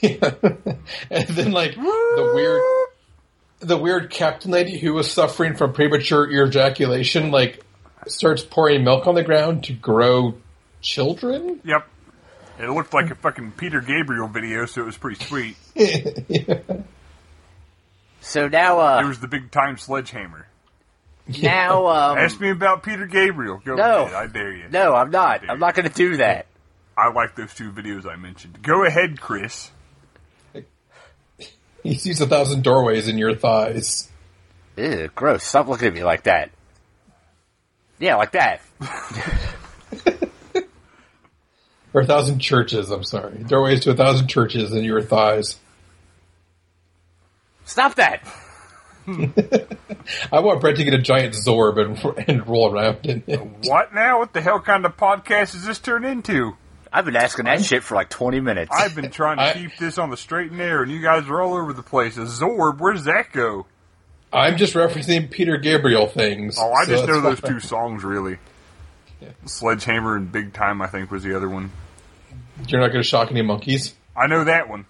Speaker 3: and then like the weird the weird captain lady who was suffering from premature ejaculation like starts pouring milk on the ground to grow children.
Speaker 2: Yep. It looked like a fucking Peter Gabriel video, so it was pretty sweet.
Speaker 1: So now
Speaker 2: It
Speaker 1: uh
Speaker 2: was the big time sledgehammer.
Speaker 1: now um
Speaker 2: Ask me about Peter Gabriel. Go
Speaker 1: No.
Speaker 2: ahead, I dare you.
Speaker 1: no, I'm not. I'm not going to do that.
Speaker 2: I like those two videos I mentioned. Go ahead, Chris.
Speaker 3: He sees a thousand doorways in your thighs.
Speaker 1: Ew, gross. Stop looking at me like that. Yeah, like that.
Speaker 3: Or a thousand churches, I'm sorry. Doorways to a thousand churches in your thighs.
Speaker 1: Stop that.
Speaker 3: I want Brett to get a giant Zorb and, and roll around in it.
Speaker 2: What now? What the hell kind of podcast is this turned into?
Speaker 1: I've been asking that shit for like 20 minutes.
Speaker 2: I've been trying to
Speaker 3: I-
Speaker 2: keep this on the straight and narrow, and you guys are all over the place. Zorb, where does that go?
Speaker 3: I'm just referencing Peter Gabriel things.
Speaker 2: Oh, I
Speaker 3: so
Speaker 2: just know
Speaker 3: that's
Speaker 2: those
Speaker 3: why-
Speaker 2: two songs really.
Speaker 3: Yeah.
Speaker 2: Sledgehammer and Big Time, I think, was the other one.
Speaker 3: You're not going to shock any monkeys
Speaker 2: I know that one.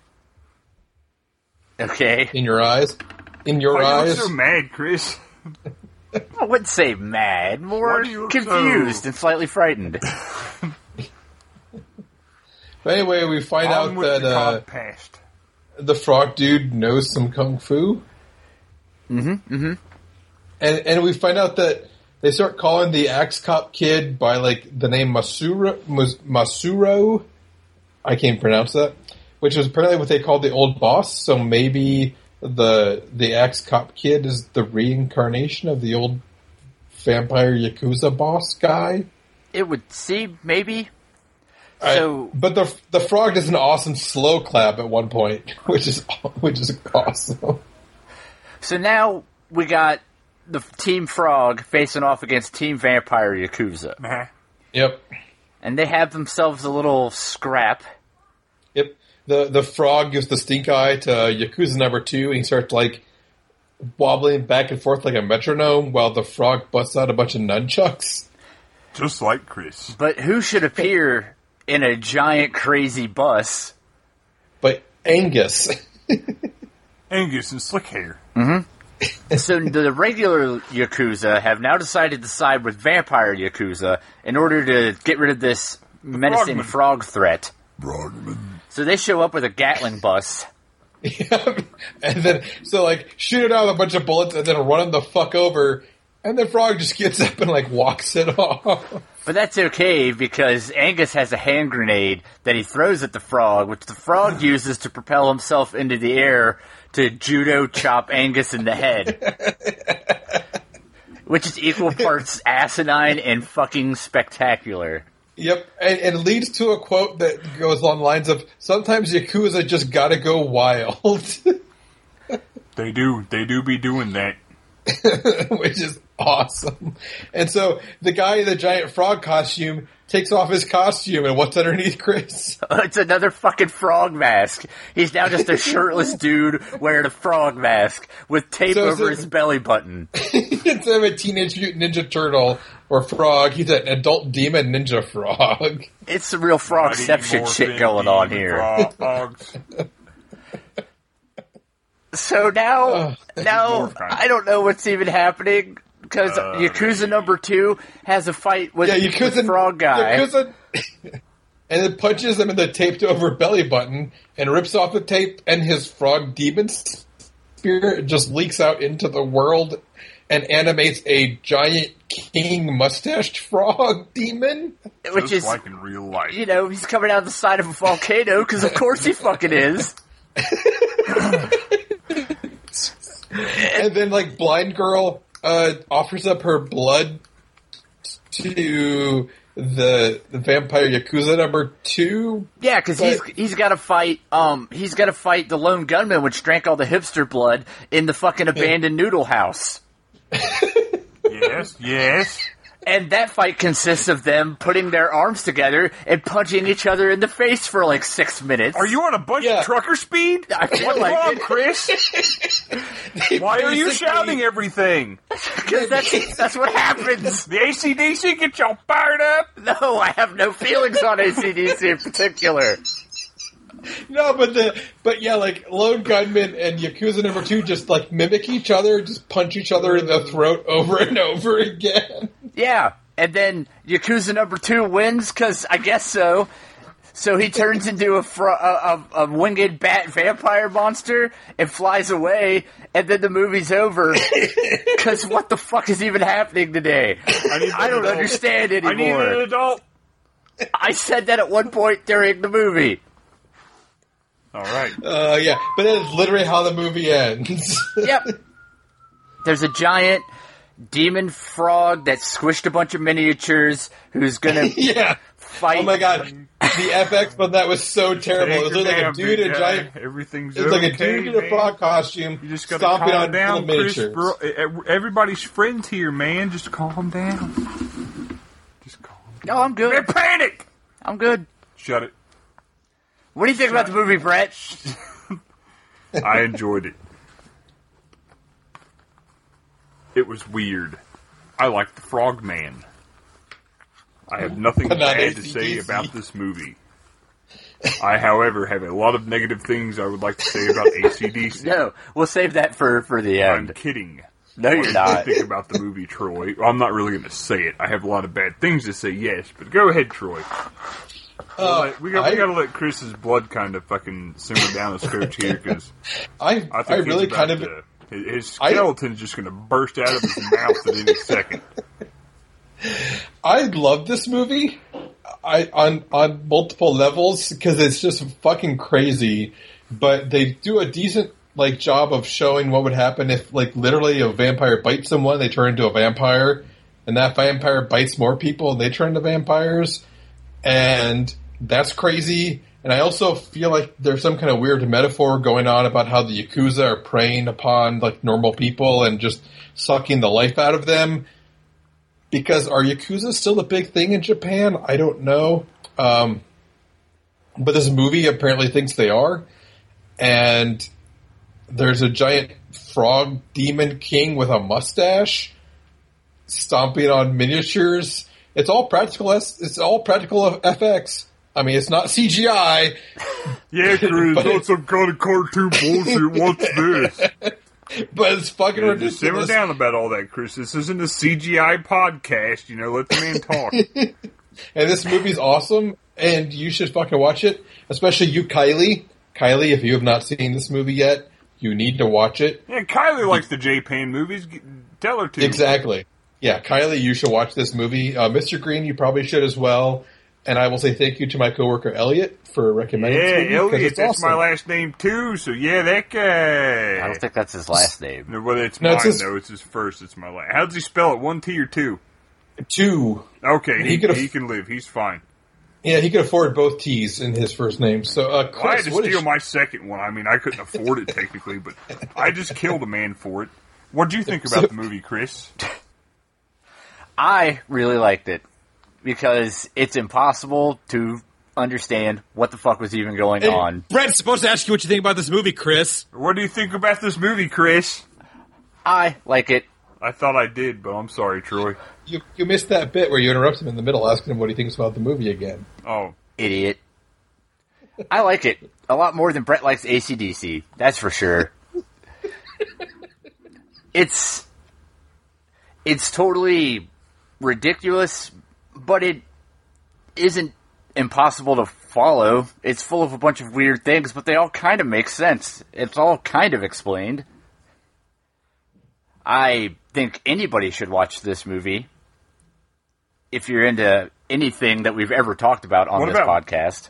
Speaker 1: Okay.
Speaker 3: in your eyes. In your
Speaker 2: Why you
Speaker 3: eyes.
Speaker 2: look so mad, Chris?
Speaker 1: I wouldn't say mad,
Speaker 2: Why
Speaker 1: more
Speaker 2: do you look
Speaker 1: confused
Speaker 2: so-
Speaker 1: and slightly frightened.
Speaker 3: But anyway, we find
Speaker 2: On
Speaker 3: out
Speaker 2: with
Speaker 3: that
Speaker 2: the
Speaker 3: uh,
Speaker 2: cod past.
Speaker 3: the frog dude knows some kung fu. Mm-hmm. Mm-hmm. And and we find out that they start calling the axe cop kid by like the name Masuro Mas, Masuro. I can't pronounce that, which is apparently what they called the old boss. So maybe the the axe cop kid is the reincarnation of the old vampire yakuza boss guy.
Speaker 1: It would seem maybe.
Speaker 3: I-
Speaker 1: So-
Speaker 3: but the the frog does an awesome slow clap at one point, which is which is awesome.
Speaker 1: So now we got the Team Frog facing off against Team Vampire Yakuza.
Speaker 2: Nah.
Speaker 3: Yep,
Speaker 1: And they have themselves a little scrap.
Speaker 3: yep. The the frog gives the stink eye to Yakuza number two, and he starts like wobbling back and forth like a metronome, while the frog busts out a bunch of nunchucks.
Speaker 2: Just like Chris.
Speaker 1: But who should appear in a giant crazy bus?
Speaker 3: But Angus,
Speaker 2: Angus and Slick Hair.
Speaker 1: So the regular Yakuza have now decided to side with Vampire Yakuza in order to get rid of this menacing
Speaker 2: Frogman.
Speaker 1: frog threat. So they show up with a Gatling bus.
Speaker 3: Yep. and then so like shoot it out with a bunch of bullets, and then run him the fuck over, and the frog just gets up and like walks it off.
Speaker 1: But that's okay because Angus has a hand grenade that he throws at the frog, which the frog uses to propel himself into the air to judo chop Angus in the head. Which is equal parts asinine and fucking spectacular.
Speaker 3: Yep, and, and it leads to a quote that goes along the lines of "Sometimes Yakuza just gotta go wild,"
Speaker 2: They do. They do be doing that.
Speaker 3: which is awesome. And so the guy in the giant frog costume takes off his costume, and what's underneath, Chris?
Speaker 1: It's another fucking frog mask. He's now just a shirtless dude wearing a frog mask with tape
Speaker 3: So is
Speaker 1: over
Speaker 3: it-
Speaker 1: his belly button.
Speaker 3: Instead of a teenage mutant ninja turtle or frog, he's an adult demon ninja frog.
Speaker 1: It's some real frogception shit going on here.
Speaker 2: Frogs.
Speaker 1: So now,
Speaker 3: Oh,
Speaker 1: now
Speaker 2: more crime.
Speaker 1: I don't know what's even happening because Yakuza number two has a fight with,
Speaker 3: Uh, Yeah,
Speaker 1: with
Speaker 3: Yakuza
Speaker 1: Frog Guy.
Speaker 3: Yakuza, and it punches him in the taped over belly button and rips off the tape, and his frog demon spirit just leaks out into the world and animates a giant king mustached frog demon.
Speaker 1: which
Speaker 2: Just
Speaker 1: is,
Speaker 2: like in real life.
Speaker 1: you know, he's coming out of the side of a volcano because of course he fucking is.
Speaker 3: And then, like blind girl, uh, offers up her blood to the, the vampire yakuza number two.
Speaker 1: Yeah, because he's
Speaker 3: But-
Speaker 1: he's got to fight. Um, he's got to fight the lone gunman, which drank all the hipster blood in the fucking abandoned noodle house.
Speaker 2: Yes, yes.
Speaker 1: And that fight consists of them putting their arms together and punching each other in the face for like six minutes.
Speaker 2: Are you on a bunch
Speaker 3: Yeah.
Speaker 2: of trucker speed?
Speaker 1: I feel
Speaker 2: What's
Speaker 1: like
Speaker 2: wrong,
Speaker 1: it.
Speaker 2: Chris? Why are you
Speaker 3: Basically-
Speaker 2: shouting everything?
Speaker 1: 'Cause that's that's what happens.
Speaker 2: The ACDC get y'all fired up?
Speaker 1: No, I have no feelings on ACDC in particular.
Speaker 3: No, but the but yeah, like Lone Gunman and Yakuza Number Two just like mimic each other, just punch each other in the throat over and over again.
Speaker 1: Yeah, and then Yakuza number two wins because I guess so. So he turns into a, fro- a, a a winged bat vampire monster and flies away, and then the movie's over. Because what the fuck is even happening today?
Speaker 2: I, need
Speaker 1: I
Speaker 2: an
Speaker 1: don't
Speaker 2: adult.
Speaker 1: understand
Speaker 2: I need an
Speaker 1: anymore.
Speaker 2: adult.
Speaker 1: I said that at one point during the movie.
Speaker 2: All right.
Speaker 3: Uh, yeah, but that is literally how the movie ends.
Speaker 1: Yep. There's a giant demon frog that squished a bunch of miniatures who's gonna
Speaker 3: yeah.
Speaker 1: fight.
Speaker 3: Oh my god, the FX on that was so terrible. It was
Speaker 2: Take your
Speaker 3: like a
Speaker 2: damn
Speaker 3: dude in
Speaker 2: big
Speaker 3: a giant.
Speaker 2: guy. Everything's
Speaker 3: It's like a
Speaker 2: okay,
Speaker 3: dude in a
Speaker 2: man.
Speaker 3: frog costume
Speaker 2: You just gotta
Speaker 3: stomping
Speaker 2: calm
Speaker 3: on
Speaker 2: down,
Speaker 3: little
Speaker 2: Chris.
Speaker 3: miniatures.
Speaker 2: Bro, E- everybody's friends here, man. Just calm down. Just calm.
Speaker 1: No, Oh, I'm good.
Speaker 2: Down. Panic.
Speaker 1: I'm good.
Speaker 2: Shut it.
Speaker 1: What do you think about the movie, Brett?
Speaker 2: I enjoyed it. It was weird. I like the Frogman. I have nothing
Speaker 3: But not
Speaker 2: bad to say
Speaker 3: AC/DC.
Speaker 2: about this movie. I, however, have a lot of negative things I would like to say about ACDC.
Speaker 1: No, we'll save that for for the
Speaker 2: I'm
Speaker 1: end.
Speaker 2: kidding.
Speaker 1: No,
Speaker 2: What
Speaker 1: you're
Speaker 2: do
Speaker 1: not.
Speaker 2: you think about the movie Troy? Well, I'm not really going to say it. I have a lot of bad things to say, yes, but go ahead, Troy.
Speaker 3: Uh,
Speaker 2: Like, we got
Speaker 3: I,
Speaker 2: we got to let Chris's blood kind of fucking simmer down his coach here because
Speaker 3: I,
Speaker 2: I
Speaker 3: I
Speaker 2: think he's
Speaker 3: really
Speaker 2: about
Speaker 3: kind of
Speaker 2: to- his- his
Speaker 3: I-
Speaker 2: skeleton's just going to burst out of his mouth at any second.
Speaker 3: I love this movie. I on on multiple levels because it's just fucking crazy. But they do a decent like job of showing what would happen if like literally a vampire bites someone, they turn into a vampire, and that vampire bites more people and they turn into vampires, and that's crazy. And I also feel like there's some kind of weird metaphor going on about how the yakuza are preying upon like normal people and just sucking the life out of them because are yakuza still a big thing in Japan? I don't know, um, but this movie apparently thinks they are, and there's a giant frog demon king with a mustache stomping on miniatures. It's all practical. S- It's all practical FX. I mean, it's not CGI.
Speaker 2: Yeah, Chris, not some kind of cartoon bullshit. What's this?
Speaker 3: But it's fucking
Speaker 2: Just simmer
Speaker 3: ridiculous.
Speaker 2: down about all that, Chris. This isn't a CGI podcast. You know, let the man talk.
Speaker 3: And this movie's awesome, and you should fucking watch it. Especially you, Kylie. Kylie, if you have not seen this movie yet, you need to watch it.
Speaker 2: yeah, Kylie likes the J-Pan movies. G- Tell her to.
Speaker 3: Exactly. Yeah, Kylie, you should watch this movie. Uh, Mr. Green, you probably should as well. And I will say thank you to my coworker Elliot for recommending this movie
Speaker 2: Yeah,
Speaker 3: 'cause
Speaker 2: Elliot,
Speaker 3: it's
Speaker 2: that's
Speaker 3: awesome.
Speaker 2: my last name too. So yeah, that guy.
Speaker 1: I don't think that's his last name.
Speaker 2: No, whether it's
Speaker 3: No,
Speaker 2: mine
Speaker 3: it's his-
Speaker 2: though, it's his first. It's my last. How does he spell it? One T or two?
Speaker 3: Two.
Speaker 2: Okay,
Speaker 3: He
Speaker 2: he,
Speaker 3: could've-
Speaker 2: he can live. He's fine.
Speaker 3: Yeah, he could afford both T's in his first name. So, uh,
Speaker 2: Well, I had
Speaker 3: Chris,
Speaker 2: to
Speaker 3: what is
Speaker 2: steal my second one. I mean, I couldn't afford it technically, but I just killed a man for it. What do you think about the movie, Chris?
Speaker 1: I really liked it because it's impossible to understand what the fuck was even going on.
Speaker 4: Brett's supposed to ask you what you think about this movie, Chris.
Speaker 2: What do you think about this movie, Chris?
Speaker 1: I like it.
Speaker 2: I thought I did, but I'm sorry, Troy.
Speaker 3: you, you missed that bit where you interrupt him in the middle, asking him what he thinks about the movie again.
Speaker 2: Oh,
Speaker 1: idiot. I like it a lot more than Brett likes ACDC. That's for sure. it's it's totally ridiculous, but it isn't impossible to follow. It's full of a bunch of weird things, but they all kind of make sense. It's all kind of explained. I think anybody should watch this movie if you're into anything that we've ever talked about on
Speaker 2: What
Speaker 1: this
Speaker 2: about-
Speaker 1: podcast.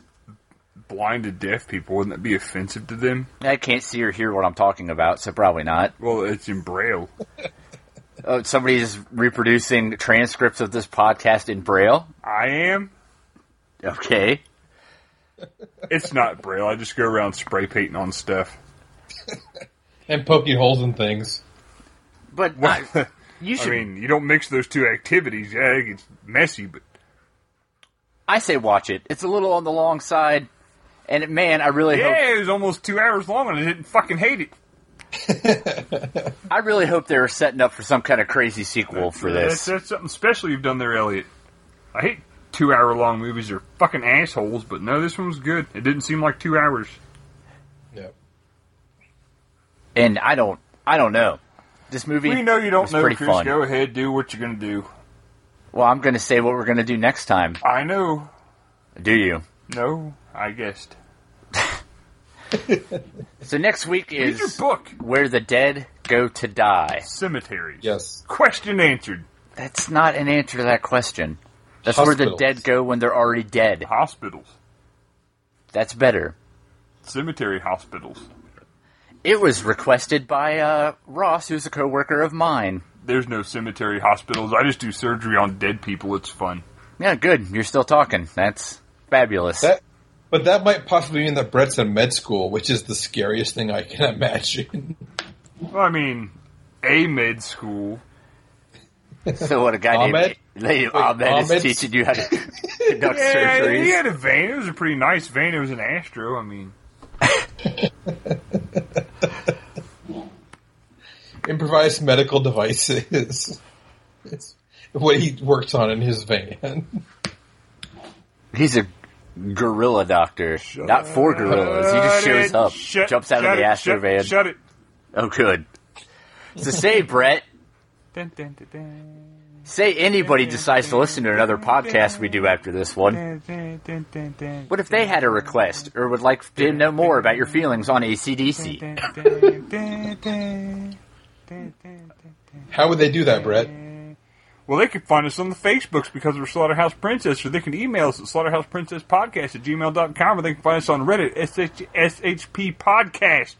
Speaker 2: blind to deaf people wouldn't that be offensive to them?
Speaker 1: I can't see or hear what I'm talking about, so probably not.
Speaker 2: Well, it's in braille.
Speaker 1: Oh, somebody's reproducing transcripts of this podcast in Braille.
Speaker 2: I am.
Speaker 1: Okay.
Speaker 2: It's not braille. I just go around spray painting on stuff.
Speaker 3: And poking holes in things.
Speaker 1: But I- you
Speaker 2: I
Speaker 1: should. I,
Speaker 2: mean, you don't mix those two activities. Yeah, it gets messy, but
Speaker 1: say watch it. It's a little on the long side. And it- man, I really hope
Speaker 2: yeah, it was almost two hours long, and I didn't fucking hate it.
Speaker 1: I really hope they're setting up for some kind of crazy sequel for
Speaker 2: That's,
Speaker 1: this.
Speaker 2: that's something special you've done there, Elliot. I hate two hour long movies. They're fucking assholes, but no, this one was good. It didn't seem like two hours.
Speaker 3: Yeah.
Speaker 1: And I don't I don't know. This movie
Speaker 2: We know you don't
Speaker 1: was
Speaker 2: know,
Speaker 1: pretty
Speaker 2: Chris.
Speaker 1: fun.
Speaker 2: Go ahead, do what you're gonna do.
Speaker 1: Well, I'm going to say what we're going to do next time.
Speaker 2: I know.
Speaker 1: Do you?
Speaker 2: No, I guessed.
Speaker 1: So next week
Speaker 2: Read your
Speaker 1: is
Speaker 2: book.
Speaker 1: Where the Dead Go to Die.
Speaker 2: Cemeteries.
Speaker 3: Yes.
Speaker 2: Question answered.
Speaker 1: That's not an answer to that question. That's where the
Speaker 3: Hospitals.
Speaker 1: dead go when they're already dead.
Speaker 2: Hospitals.
Speaker 1: That's better.
Speaker 2: Cemetery hospitals.
Speaker 1: It was requested by uh, Ross, who's a coworker of mine.
Speaker 2: There's no cemetery hospitals. I just do surgery on dead people. It's fun.
Speaker 1: Yeah, good. You're still talking. That's fabulous.
Speaker 3: That, but that might possibly mean that Brett's in med school, which is the scariest thing I can imagine.
Speaker 2: Well, I mean, a med school.
Speaker 1: so what a guy
Speaker 3: Ahmed?
Speaker 1: named Ahmed, Ahmed is
Speaker 3: Ahmed?
Speaker 1: teaching you how to conduct
Speaker 2: Yeah, he
Speaker 1: surgeries.
Speaker 2: had a vein. It was a pretty nice vein. It was an Astro. I mean,
Speaker 3: improvised medical devices. It's what he worked on in his van.
Speaker 1: He's a gorilla doctor, not for gorillas. He just
Speaker 2: Shut
Speaker 1: shows
Speaker 2: it.
Speaker 1: up,
Speaker 2: Shut-
Speaker 1: jumps out of
Speaker 2: shut
Speaker 1: the
Speaker 2: it.
Speaker 1: Astro
Speaker 2: Shut-
Speaker 1: van.
Speaker 2: Shut it.
Speaker 1: Oh, good. So say Brett,
Speaker 2: Dun, dun, dun, dun.
Speaker 1: say anybody decides to listen to another podcast we do after this one.
Speaker 2: Dun, dun, dun, dun, dun.
Speaker 1: What if they had a request or would like to know more about your feelings on ACDC?
Speaker 2: Dun, dun, dun, dun, dun, dun, dun, dun.
Speaker 3: How would they do that, Brett?
Speaker 2: Well, they can find us on the Facebooks because we're Slaughterhouse Princess, or they can email us at slaughterhouseprincesspodcast at gmail.com, or they can find us on Reddit, SH, SHP Podcast,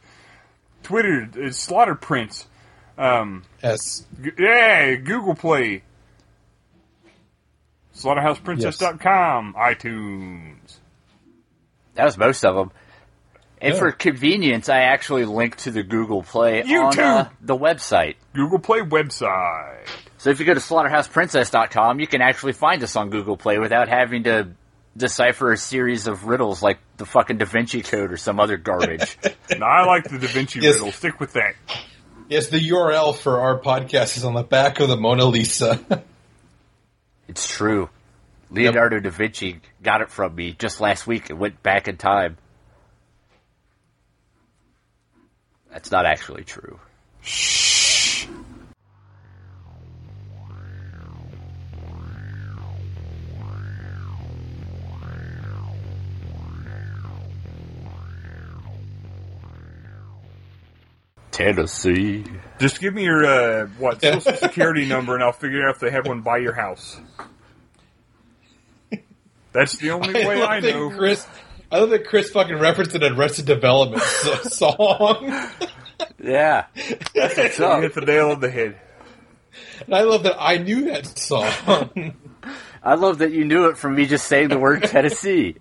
Speaker 2: Twitter, is Slaughter Prince, um,
Speaker 3: Yes.
Speaker 2: G- yeah, Google Play, slaughterhouseprincess.com, iTunes.
Speaker 1: That was most of them. And for convenience, I actually linked to the Google Play
Speaker 2: You
Speaker 1: on
Speaker 2: too.
Speaker 1: uh, the website.
Speaker 2: Google Play website.
Speaker 1: So if you go to slaughterhouseprincess.com, you can actually find us on Google Play without having to decipher a series of riddles like the fucking Da Vinci Code or some other garbage.
Speaker 2: Now, I like the Da Vinci
Speaker 3: Yes.
Speaker 2: riddle. Stick with that.
Speaker 3: Yes, the URL for our podcast is on the back of the Mona Lisa.
Speaker 1: it's true. Leonardo da Vinci got it from me just last week. It went back in time. That's not actually true. Tennessee.
Speaker 2: Just give me your, uh, what, social security number and I'll figure out if they have one by your house. That's the only way I
Speaker 3: love that
Speaker 2: know.
Speaker 3: Chris, I love that Chris fucking referenced an Arrested Development so- song.
Speaker 1: Yeah. That's what's
Speaker 2: You
Speaker 1: up.
Speaker 2: hit the nail on the head.
Speaker 3: And I love that I knew that song.
Speaker 1: I love that you knew it from me just saying the word Tennessee.